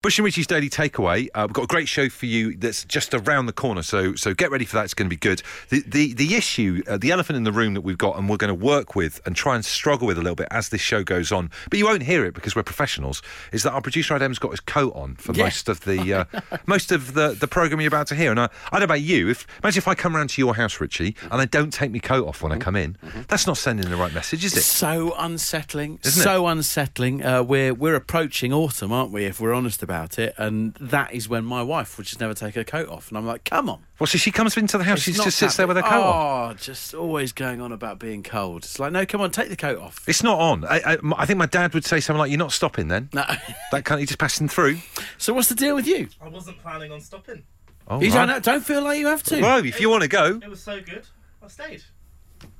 Bush and Richie's Daily Takeaway. Uh, we've got a great show for you that's just around the corner, so so get ready for that. It's going to be good. The the, the issue, uh, the elephant in the room that we've got, and we're going to work with and try and struggle with a little bit as this show goes on, but you won't hear it because we're professionals. Is that our producer Adam's got his coat on for Yeah. most of the uh, most of the, the program you're about to hear. And I, I don't know about you. If imagine if I come round to your house, Richie, and I don't take my coat off when Mm-hmm. I come in. That's not sending the right message, is it? So unsettling, Isn't it? so unsettling. Uh, we're we're approaching autumn, aren't we? If we're honest about it, and that is when my wife would just never take her coat off, and I'm like, come on. Well, so she comes into the house, it's she not just sits there with her happening. coat on. Oh, just always going on about being cold. It's like, no, come on, take the coat off. It's not on. I, I, I think my dad would say something like, "You're not stopping then." No. That kind of, you're just passing through. so what's the deal with you? I wasn't planning on stopping. Oh, you don't don't feel like you have to. Well, if you want to go, It was so good, I stayed.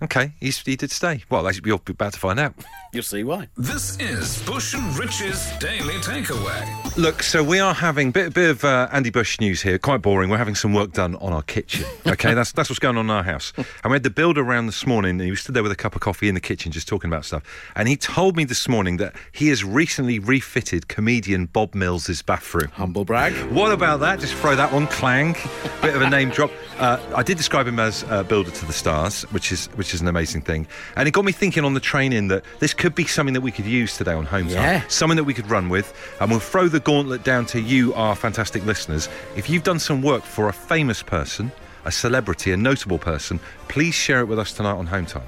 okay. He's, he did stay. Well, as you're about to find out. You'll see why. This is Bush and Rich's Daily Takeaway. Look, so we are having a bit, bit of uh, Andy Bush news here. Quite boring. We're having some work done on our kitchen. Okay, that's that's what's going on in our house. And we had the builder around this morning, and he was stood there with a cup of coffee in the kitchen, just talking about stuff. And he told me this morning that he has recently refitted comedian Bob Mills's bathroom. Humble brag. What about that? Just throw that one clang. Bit of a name drop. Uh, I did describe him as uh, builder to the stars, which is which is an amazing thing. And it got me thinking on the training that this could be something that we could use today on Home Yeah. Time. Something that we could run with. And we'll throw the gauntlet down to you, our fantastic listeners. If you've done some work for a famous person, a celebrity, a notable person, please share it with us tonight on Home Time.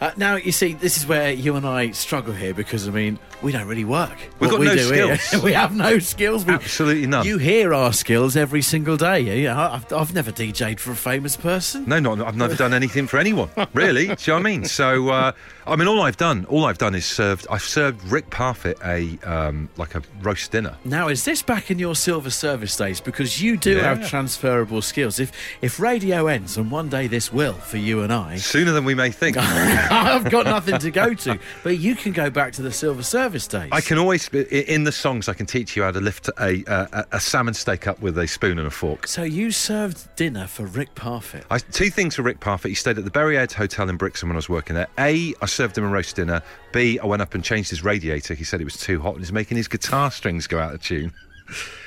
Uh, now you see, this is where you and I struggle here because I mean, we don't really work. We've What got we no do here- skills. we have no skills. We- Absolutely none. You hear our skills every single day. You know, I've, I've never DJ'd for a famous person. No, not, I've never done anything for anyone, really. Do you know what I mean? So, uh, I mean, all I've done, all I've done is served. I've served Rick Parfitt a um, like a roast dinner. Now, is this back in your silver service days? Because you do Yeah. have transferable skills. If if radio ends, and one day this will for you and I, Sooner than we may think. I've got nothing to go to. But you can go back to the silver service days. I can always i- in the songs. I can teach you how to lift a a, a salmon steak up with a spoon and a fork. So you served dinner for Rick Parfitt. I, two things for Rick Parfitt. He stayed at the Berry Head Hotel in Brixham when I was working there. A, I served him a roast dinner. B, I went up and changed his radiator. He said it was too hot and he's making his guitar strings go out of tune.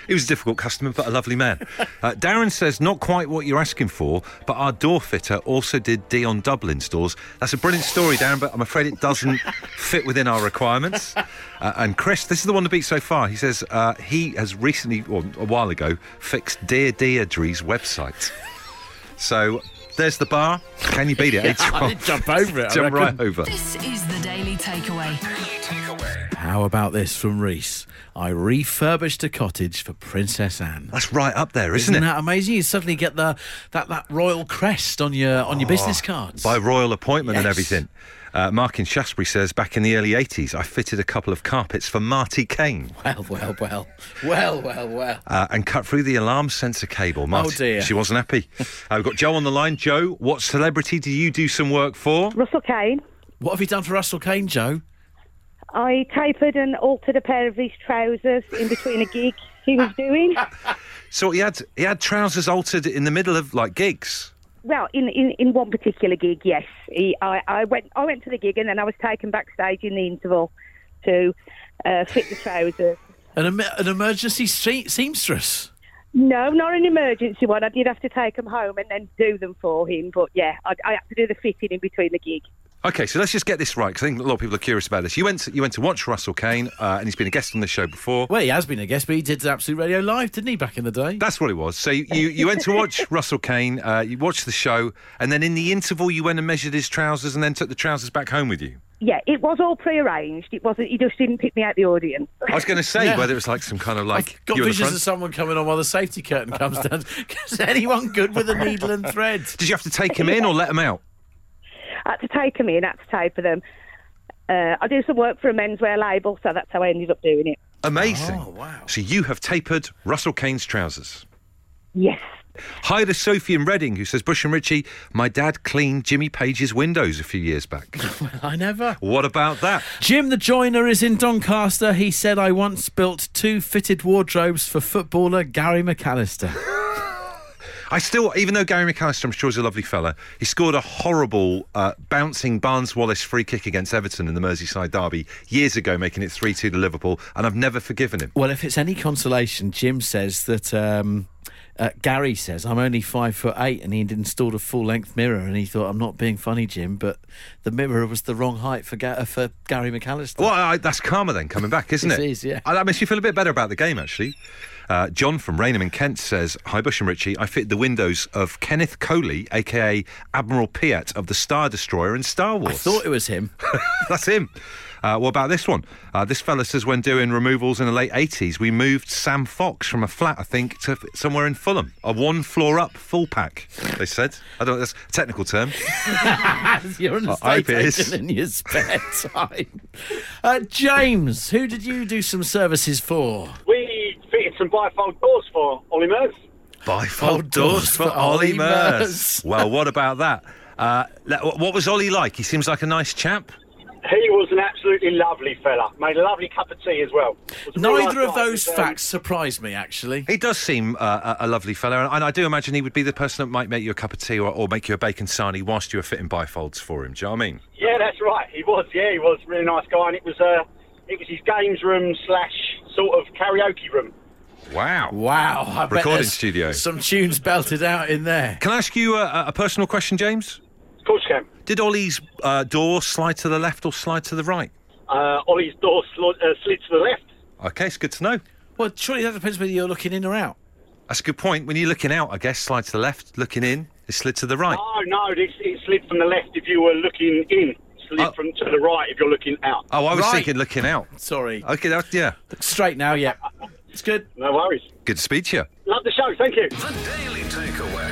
He was a difficult customer, but a lovely man. Uh, Darren says, not quite what you're asking for, but our door fitter also did Dion Dublin stores. That's a brilliant story, Darren, but I'm afraid it doesn't fit within our requirements. Uh, and Chris, this is the one to beat so far. He says uh, he has recently, or a while ago, fixed Dear Deirdre's website. So there's the bar. Can you beat it? Eight I did twelve. jump over it. I Oh. Jump right reckon. over. This is the Daily Takeaway. Daily Takeaway. How about this from Reese? I refurbished a cottage for Princess Anne. That's right up there, isn't, it? that amazing? You suddenly get the that, that royal crest on your on your business cards. Oh, By royal appointment and Yes. everything. Uh, Mark in Shaftesbury says, back in the early 80s, I fitted a couple of carpets for Marty Kane Well, well, well, well, well, well. uh, and cut through the alarm sensor cable. Marty, Oh, dear. She wasn't happy. uh, we've got Joe on the line. Joe, what celebrity do you do some work for? Russell Kane. What have you done for Russell Kane, Joe? I tapered and altered a pair of his trousers in between a gig he was doing. So he had he had trousers altered in the middle of like gigs. Well, in, in, in one particular gig, yes. He, I, I went I went to the gig and then I was taken backstage in the interval to uh, fit the trousers. An em- an emergency se- seamstress. No, not an emergency one. I did have to take them home and then do them for him. But yeah, I, I had to do the fitting in between the gig. Okay, so let's just get this right because I think a lot of people are curious about this. You went to, you went to watch Russell Kane, uh, and he's been a guest on this show before. Well, he has been a guest, but he did Absolute Radio Live, didn't he, back in the day? That's what it was. So you, you went to watch Russell Kane, uh, you watched the show, and then in the interval you went and measured his trousers, and then took the trousers back home with you. Yeah, it was all prearranged. It wasn't. He just didn't pick me out the audience. I was going to say Yeah. whether it's like some kind of like Got you in the visions front. of someone coming on while the safety curtain comes down. Is anyone good with a needle and thread? Did you have to take him in or let him out? I had to take them in. I had to taper them. Uh, I do some work for a menswear label, so that's how I ended up doing it. Amazing. Oh, wow. So you have tapered Russell Kane's trousers. Yes. Hi to Sophie in Reading, who says, Bush and Richie, my dad cleaned Jimmy Page's windows a few years back. I never. what about that? Jim the Joiner is in Doncaster. He said, I once built two fitted wardrobes for footballer Gary McAllister. I still, even though Gary McAllister, I'm sure, is a lovely fella, he scored a horrible uh, bouncing Barnes Wallace free kick against Everton in the Merseyside derby years ago, making it 3 2 to Liverpool, and I've never forgiven him. Well, if it's any consolation, Jim says that um, uh, Gary says I'm only five foot eight, and he'd installed a full length mirror, and he thought I'm not being funny, Jim, but the mirror was the wrong height for Ga- uh, for Gary McAllister. Well, I, that's karma then coming back, isn't It it? is, yeah. And that makes me feel a bit better about the game, actually. Uh, John from Raynham in Kent says, "Hi Bush and Richie, I fitted the windows of Kenneth Coley, aka Admiral Piet of the Star Destroyer in Star Wars. I thought it was him. That's him. Uh, what about this one? Uh, this fella says when doing removals in the late 80s, we moved Sam Fox from a flat, I think, to f- somewhere in Fulham. A one floor up full pack, they said. I don't know, that's a technical term. You're an I hope it estate is. agent in your spare time. Uh, James, who did you do some services for? We fitted some bifold doors for Ollie Mers. Bifold doors for Ollie Murs. well, what about that? Uh, le- what was Ollie like? He seems like a nice chap. He was an absolutely lovely fella. Made a lovely cup of tea as well. Was a real Neither nice of guy. those Um, facts surprise me, actually. He does seem uh, a a lovely fellow, and I do imagine he would be the person that might make you a cup of tea or, or make you a bacon sarnie whilst you were fitting bifolds for him. Do you know what I mean? Yeah, that's right. He was. Yeah, he was a really nice guy, and it was uh, it was his games room slash sort of karaoke room. Wow. Wow. I bet Recording there's studio. Some tunes belted out in there. Can I ask you a, a personal question, James? Of course, you can. Did Ollie's uh, door slide to the left or slide to the right? Uh, Ollie's door sl- uh, slid to the left. Okay, it's good to know. Well, surely that depends whether you're looking in or out. That's a good point. When you're looking out, I guess slide to the left. Looking in, it slid to the right. Oh no, it, it slid from the left if you were looking in. Slid Oh. from to the right if you're looking out. Oh, I was Right. thinking looking out. Sorry. Okay, that, yeah. Straight now, yeah. It's good. No worries. Good to speak to you. Love the show. Thank you. The Daily Takeaway.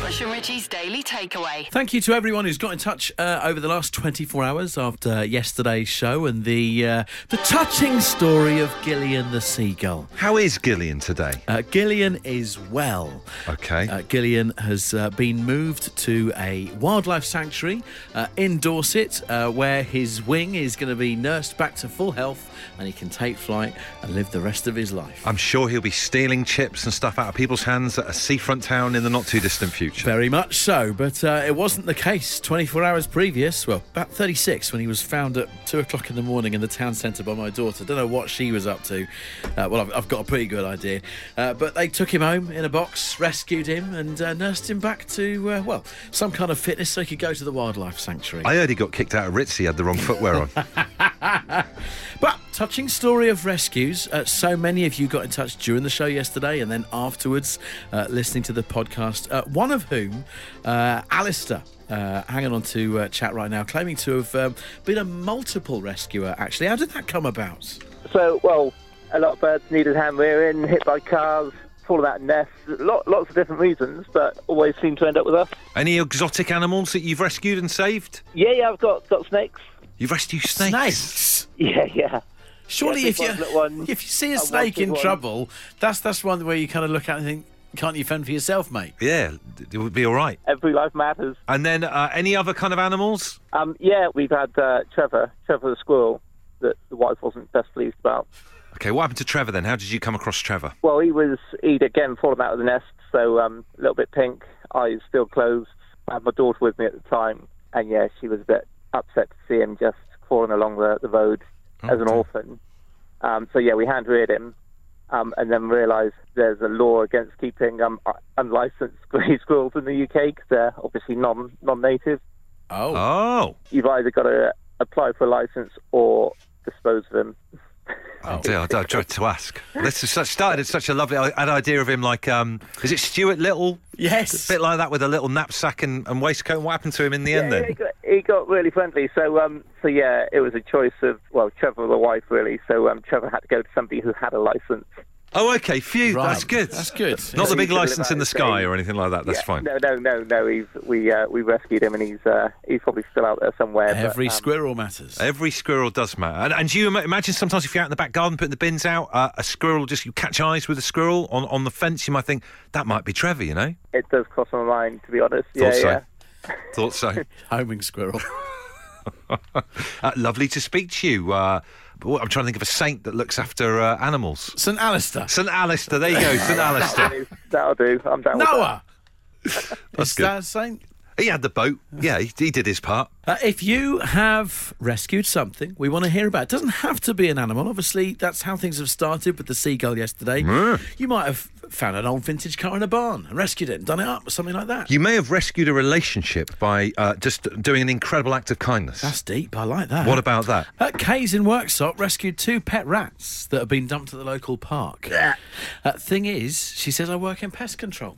Bush and Richie's Daily Takeaway. Thank you to everyone who's got in touch uh, over the last 24 hours after yesterday's show and the uh, the touching story of Gillian the seagull. How is Gillian today? Uh, Gillian is well. Okay. Uh, Gillian has uh, been moved to a wildlife sanctuary uh, in Dorset, uh, where his wing is going to be nursed back to full health, and he can take flight and live the rest of his life. I'm sure he'll be stealing chips and stuff out of people's hands at a seafront town in the not too distant future. Very much so, but uh, it wasn't the case 24 hours previous. Well, about 36 when he was found at 2 o'clock in the morning in the town centre by my daughter. Don't know what she was up to. Uh, well, I've, I've got a pretty good idea. Uh, but they took him home in a box, rescued him, and uh, nursed him back to, uh, well, some kind of fitness so he could go to the wildlife sanctuary. I heard he got kicked out of Ritz. He had the wrong footwear on. But touching story of rescues. Uh, so many of you got in touch during the show yesterday and then afterwards uh, listening to the podcast. Uh, one of whom, uh, Alistair. Uh, hanging on to uh, chat right now, claiming to have um, been a multiple rescuer. Actually, how did that come about? So, well, a lot of birds needed hand rearing, hit by cars, fall about nests, lot, lots of different reasons, but always seem to end up with us. Any exotic animals that you've rescued and saved? Yeah, yeah, I've got, got snakes. You've rescued snakes. Yeah, yeah. Surely, Yeah, if big you ones, little ones. if you see a I snake wanted in one. trouble, that's that's one where you kind of look at it and think, can't you fend for yourself, mate? Yeah, it would be all right. Every life matters. And then uh, any other kind of animals? Um, yeah, we've had uh, Trevor, Trevor the squirrel, that the wife wasn't best pleased about. Okay, what happened to Trevor then? How did you come across Trevor? Well, he was, he'd again fallen out of the nest, so um, a little bit pink, eyes still closed. I had my daughter with me at the time, and yeah, she was a bit upset to see him just crawling along the, the road as an orphan. Um, so yeah, we hand reared him, um, and then realised there's a law against keeping um, u- unlicensed grey squirrels in the UK because they're obviously non non native. Oh, Oh, You've either got to apply for a licence or dispose of them. oh. dear, I, I tried to ask. This is such, started as such a lovely. I had an idea of him like, um, is it Stuart Little? yes. bit like that with a little knapsack and, and waistcoat. What happened to him in the end Yeah, then? he got, he got really friendly. So, um, so yeah, it was a choice of well, Trevor or the wife really. So, um, Trevor had to go to somebody who had a license. Oh, okay, phew, Right. that's good. That's good. Not the So big you can live license in the out sky saying- or anything like that. That's Yeah. fine. No, no, no, no. He's we uh, we rescued him, and he's uh, he's probably still out there somewhere. but, Every um, squirrel matters. Every squirrel does matter. And, and do you ima- imagine sometimes if you're out in the back garden putting the bins out, uh, a squirrel just, you catch eyes with a squirrel on, on the fence, you might think, that might be Trevor, you know? it does cross my mind to be honest. Yeah, so. yeah. Thought so. Homing squirrel. uh, lovely to speak to you. Uh, but what- I'm trying to think of a saint that looks after uh, animals. St. Alistair. St. Alistair, there you go, St. Alistair. That'll do. I'm down. with that. Noah. That's Is good. that the same? He had the boat. Yeah, he, he did his part. Uh, if you have rescued something, we want to hear about it. Doesn't have to be an animal. Obviously, that's how things have started with the seagull yesterday. You might have found an old vintage car in a barn and rescued it and done it up or something like that. You may have rescued a relationship by uh, just doing an incredible act of kindness. that's deep. I like that. what about that? At Kay's in Worksop rescued two pet rats that have been dumped at the local park. Uh, thing is, she says I work in pest control.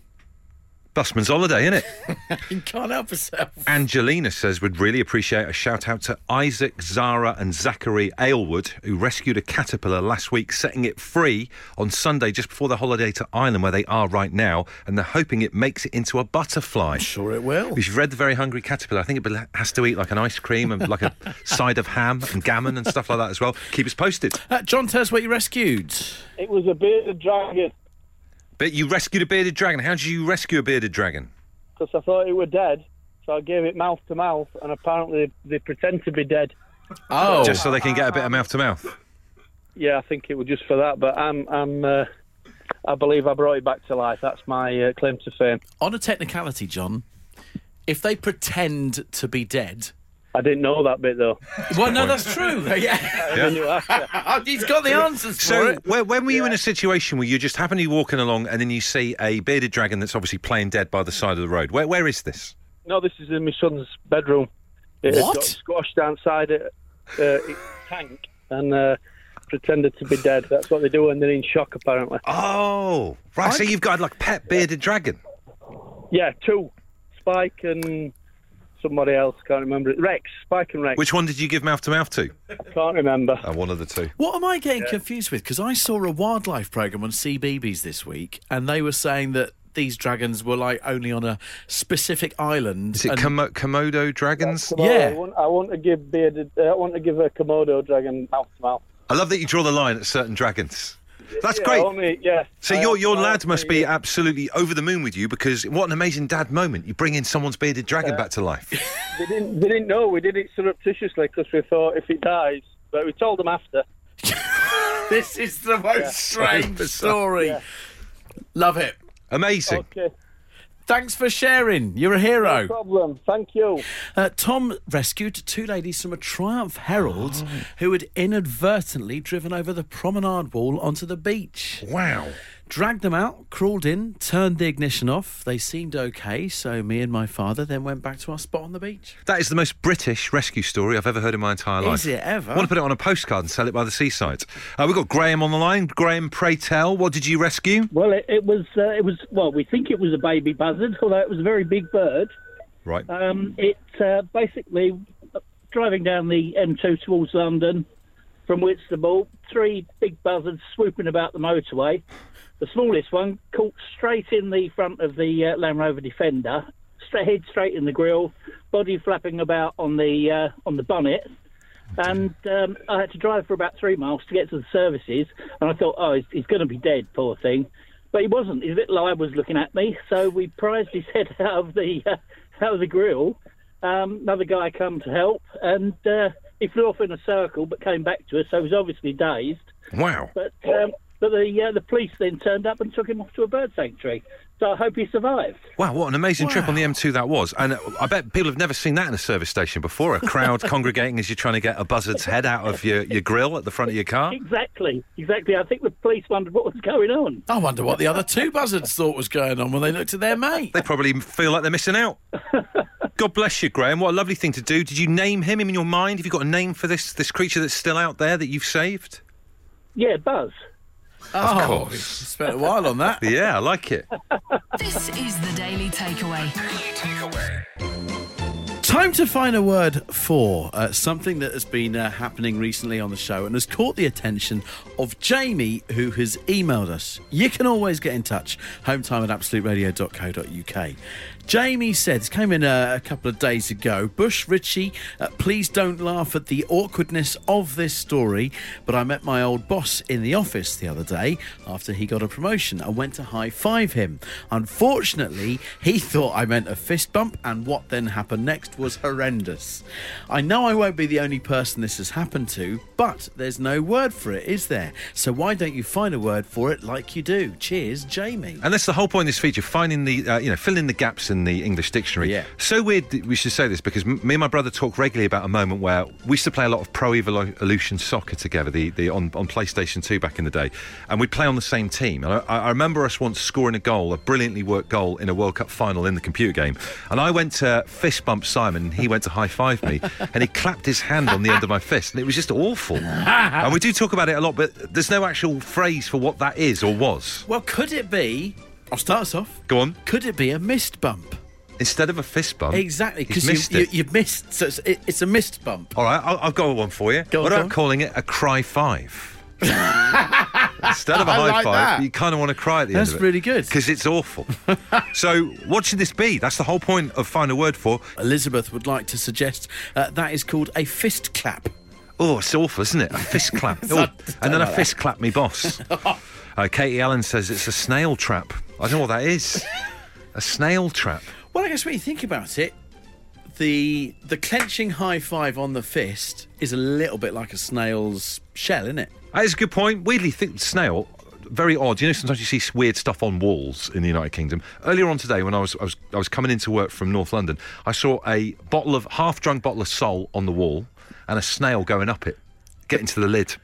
Busman's holiday, innit? You can't help herself. Angelina says would really appreciate a shout out to Isaac, Zara, and Zachary Aylward, who rescued a caterpillar last week, setting it free on Sunday just before the holiday to Ireland, where they are right now, and they're hoping it makes it into a butterfly. Sure, it will. We've read The Very Hungry Caterpillar. I think it bel- has to eat like an ice cream and like a side of ham and gammon and stuff like that as well. Keep us posted. Uh, John, tell us what you rescued. It was a bearded dragon But you rescued a bearded dragon. How did you rescue a bearded dragon? because I thought it were dead, so I gave it mouth to mouth, and apparently they pretend to be dead. Oh, Just so they can get a bit of mouth to mouth. Yeah, I think it was just for that, but I'm, I'm, uh, I believe I brought it back to life. That's my uh, claim to fame. on a technicality, John, if they pretend to be dead. I didn't know that bit though. Well, no, that's true. yeah. I knew after. He's got the answers for So, it. where, when were you in a situation where you just happen to be walking along and then you see a bearded dragon that's obviously playing dead by the side of the road? Where, where is this? No, this is in my son's bedroom. It had What? got squashed outside it, uh, its tank and uh, pretended to be dead. That's what they do when they're in shock, apparently. Oh, right. So you've got like pet bearded dragon. Yeah, two. Spike and somebody else. Can't remember it. Rex. Spike and Rex. Which one did you give mouth to mouth to? Can't remember. Uh, one of the two. What am I getting confused with? Because I saw a wildlife program on CBeebies this week, and they were saying that these dragons were like only on a specific island. Is it and- Komo- Komodo dragons? Well, Yeah. I want, I want to give bearded. Uh, I want to give a Komodo dragon mouth to mouth. I love that you draw the line at certain dragons. That's Yeah, great. only- yeah. Uh, So I your want- your I lad want must to- be absolutely over the moon with you because what an amazing dad moment! You bring in someone's bearded dragon back to life. They didn't. They didn't know. We did it surreptitiously because we thought if it dies, but we told them after. this is the most strange story. Love it. Amazing. Okay. Thanks for sharing. You're a hero. Problem. Thank you. Uh, Tom rescued two ladies from a Triumph Oh, Herald who had inadvertently driven over the promenade wall onto the beach. Wow. Dragged them out, crawled in, turned the ignition off. They seemed okay, so me and my father then went back to our spot on the beach. That is the most British rescue story I've ever heard in my entire life. Is it ever? I want to put it on a postcard and sell it by the seaside. Uh, we've got Graham on the line. Graham, pray tell, what did you rescue? Well, it, it was uh, it was well. We think it was a baby buzzard, although it was a very big bird. Right. Um, it uh, basically uh, driving down the M2 towards London from Whitstable. Three big buzzards swooping about the motorway. The smallest one caught straight in the front of the uh, Land Rover Defender, straight, head straight in the grill, body flapping about on the uh, on the bonnet. And um, I had to drive for about three miles to get to the services, and I thought, oh, he's, he's going to be dead, poor thing. But he wasn't. His little eye was looking at me, so we prized his head out of the uh, out of the grill. Um, another guy come to help, and uh, he flew off in a circle, but came back to us. So he was obviously dazed. wow. But um, but the uh, the police then turned up and took him off to a bird sanctuary. So I hope he survived. Wow, what an amazing trip on the M2 that was. And uh, I bet people have never seen that in a service station before. A crowd congregating as you're trying to get a buzzard's head out of your, your grill at the front of your car. Exactly, exactly. I think the police wondered what was going on. I wonder what the other two buzzards thought was going on when they looked at their mate. They probably feel like they're missing out. God bless you, Graham. What a lovely thing to do. Did you name him in your mind? Have you got a name for this, this creature that's still out there that you've saved? Yeah, Buzz. Of course. Oh, Spent a while on that. Yeah, I like it. This is the Daily Takeaway. Daily Takeaway. Time to find a word for uh, something that has been uh, happening recently on the show and has caught the attention of Jamie, who has emailed us. You can always get in touch, hometime at absoluteradio.co.uk. Jamie said, this came in uh, a couple of days ago Bush Ritchie, uh, please don't laugh at the awkwardness of this story, but I met my old boss in the office the other day after he got a promotion and went to high five him. Unfortunately, he thought I meant a fist bump, and what then happened next was was horrendous. I know I won't be the only person this has happened to, but there's no word for it, is there? So why don't you find a word for it like you do? Cheers, Jamie. And that's the whole point of this feature: finding the, uh, you know, filling the gaps in the English dictionary. Yeah. So weird. that We should say this because m- me and my brother talk regularly about a moment where we used to play a lot of Pro Evolu- Evolution Soccer together, the, the on, on PlayStation Two back in the day, and we'd play on the same team. And I, I remember us once scoring a goal, a brilliantly worked goal in a World Cup final in the computer game, and I went to fist bump Simon, and he went to high five me, and he clapped his hand on the end of my fist, and it was just awful. and we do talk about it a lot, but there's no actual phrase for what that is or was. Well, could it be? I'll start us off. Go on. Could it be a mist bump? Instead of a fist bump, Exactly, he's because missed you, you, it. you've missed. So it's, it, it's a missed bump. All right, I'll, I've got one for you. Go on, what go about on. calling it a cry five? Instead of a I high like five, that. you kind of want to cry at the That's end of it. really good. Because it's awful. so, what should this be? That's the whole point of Find a Word for. Elizabeth would like to suggest uh, that is called a fist clap. Oh, it's awful, isn't it? A fist clap. Oh, not- and then I a like fist clap, me boss. uh, Katie Allen says it's a snail trap. I don't know what that is. a snail trap. Well, I guess when you think about it, the the clenching high five on the fist is a little bit like a snail's shell, isn't it? That is a good point. Weirdly, think snail. Very odd. You know, sometimes you see weird stuff on walls in the United Kingdom. Earlier on today, when I was I was, I was coming into work from North London, I saw a bottle of half drunk bottle of Sol on the wall, and a snail going up it, getting to the lid.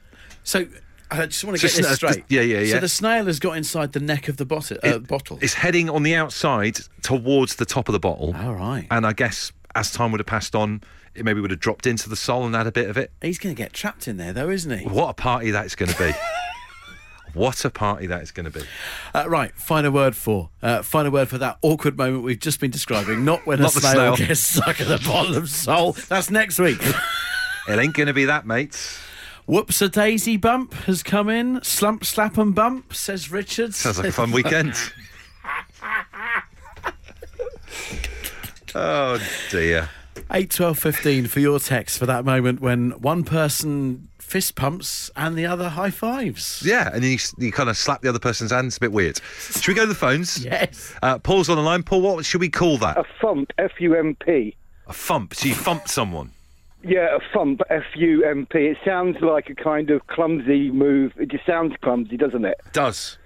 So I just want to So get this sna- straight. yeah, yeah, yeah. So the snail has got inside the neck of the bottle. Uh, bottle. It's heading on the outside towards the top of the bottle. All right. And I guess as time would have passed on, it maybe would have dropped into the Sol and had a bit of it. He's going to get trapped in there, though, isn't he? What a party that is going to be. What a party that is going to be. Uh, right, final word for uh, final word for that awkward moment we've just been describing. Not when Not a the snail, snail. gets stuck at the bottom of soul. That's next week. It ain't going to be that, mates. Whoops a daisy bump has come in. Slump slap and bump says Richard. Sounds like a fun weekend. oh dear. Eight twelve fifteen for your text for that moment when one person fist pumps and the other high fives. Yeah, and you, you kind of slap the other person's hand. It's a bit weird. Should we go to the phones? Yes. Uh, Paul's on the line. Paul, what should we call that? A thump, F U M P. A thump. So you thumped someone. Yeah, a thump, F U M P. It sounds like a kind of clumsy move. It just sounds clumsy, doesn't it? Does. So-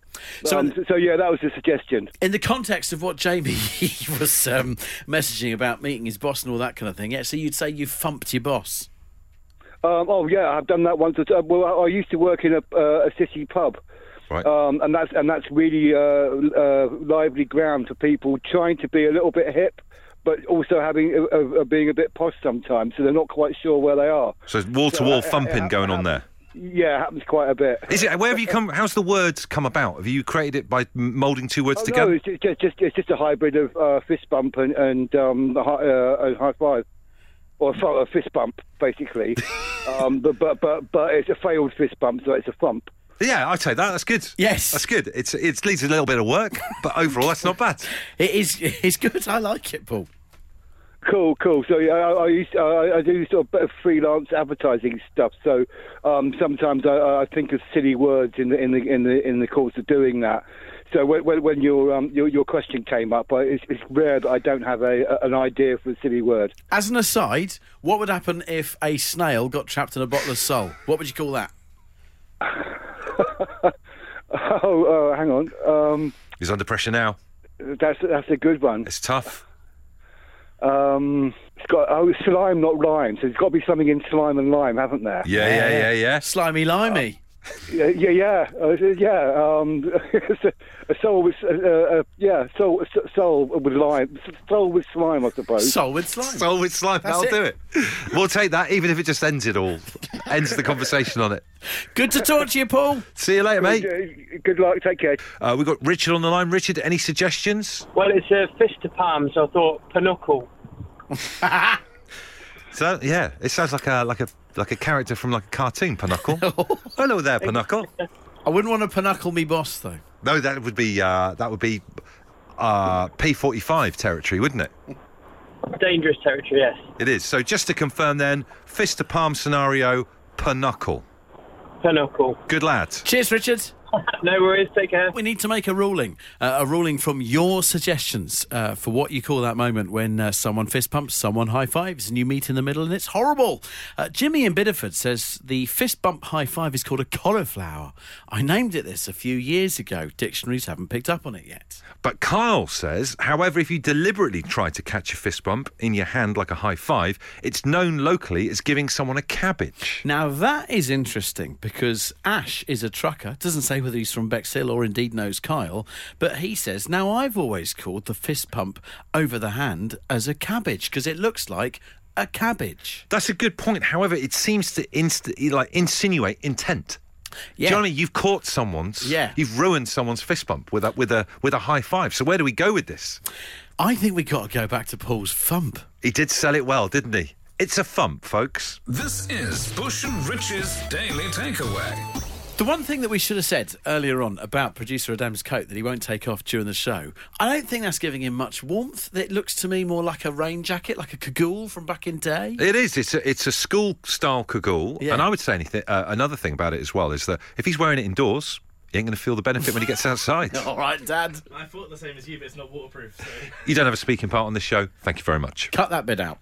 Um, so yeah, that was the suggestion. In the context of what Jamie was um, messaging about meeting his boss and all that kind of thing, yeah, so you'd say you thumped your boss. Um, oh yeah, I've done that once. Or two. Well, I, I used to work in a, uh, a city pub, Right. um, and that's and that's really uh, uh, lively ground for people trying to be a little bit hip, but also having uh, uh, being a bit posh sometimes, so they're not quite sure where they are. so wall to wall thumping going on there. Yeah, it happens quite a bit. Is it? Where have you come? How's the words come about? Have you created it by m- moulding two words Oh, no, together? it's ju- just, just it's just a hybrid of uh, fist bump and and um, hi- uh, and high five, or sorry, a fist bump basically. um, but, but but but it's a failed fist bump, so it's a thump. Yeah, I take that. That's good. Yes. that's good. It's it needs a little bit of work, but overall, that's not bad. It is it's good. I like it, Paul. Cool, cool. So yeah, I, I used I, I do sort of bit of freelance advertising stuff. So um, sometimes I, I think of silly words in the in the in the in the course of doing that. So when when, when your um your, your question came up, I, it's, it's rare that I don't have a, a an idea for a silly word. As an aside, what would happen if a snail got trapped in a bottle of soul? What would you call that? Oh, uh, hang on. Um, He's under pressure now. that's that's a good one. It's tough. Um, it's got oh slime, not lime. So there's got to be something in slime and lime, haven't there? Yeah, yeah, yeah, yeah. Slimy limey. yeah, yeah, yeah. Uh, yeah. Um, it's a, a soul with uh, uh, yeah, soul, soul with lime, soul with slime, I suppose. Soul with slime. Well, with slime, that'll it. do it. We'll take that, even if it just ends it all, ends the conversation on it. Good to talk to you, Paul. See you later, mate. Uh, Good luck. Take care. Uh, we've got Richard on the line. Richard, any suggestions? Well, it's a fist to palm, so I thought pinochle. So yeah, it sounds like a like a like a character from like a cartoon, Pinochle. Hello there, Pinochle. I wouldn't want to pinochle me boss though. No, that would be uh, that would be uh, P45 territory, wouldn't it? Dangerous territory, yes. It is. So just to confirm, then fist to palm scenario, Pinochle. Pinochle. Good lad. Cheers, Richard. no worries. Take care. We need to make a ruling, uh, a ruling from your suggestions uh, for what you call that moment when uh, someone fist pumps, someone high fives, and you meet in the middle, and it's horrible. Uh, Jimmy in Biddeford says the fist bump high five is called a cauliflower. I named it this a few years ago. Dictionaries haven't picked up on it yet. But Kyle says, however, if you deliberately try to catch a fist bump in your hand like a high five, it's known locally as giving someone a cabbage. Now that is interesting because Ash is a trucker. Doesn't say whether he's from Bexhill or indeed knows Kyle, but he says now I've always called the fist pump over the hand as a cabbage because it looks like a cabbage. That's a good point. However, it seems to inst- like insinuate intent. Do you know what I mean? You've caught someone's. Yeah. You've ruined someone's fist bump with a with a with a high five. So where do we go with this? I think we got to go back to Paul's thump. He did sell it well, didn't he? It's a thump, folks. This is Bush and Rich's Daily Takeaway. The one thing that we should have said earlier on about producer Adam's coat that he won't take off during the show, I don't think that's giving him much warmth. It looks to me more like a rain jacket, like a cagoule from back in day. It is. It's a, it's a school style cagoule, Yeah. and I would say anything. Uh, another thing about it as well is that if he's wearing it indoors, he ain't going to feel the benefit when he gets outside. All right, Dad. I thought the same as you, but it's not waterproof. So. You don't have a speaking part on this show. Thank you very much. Cut that bit out.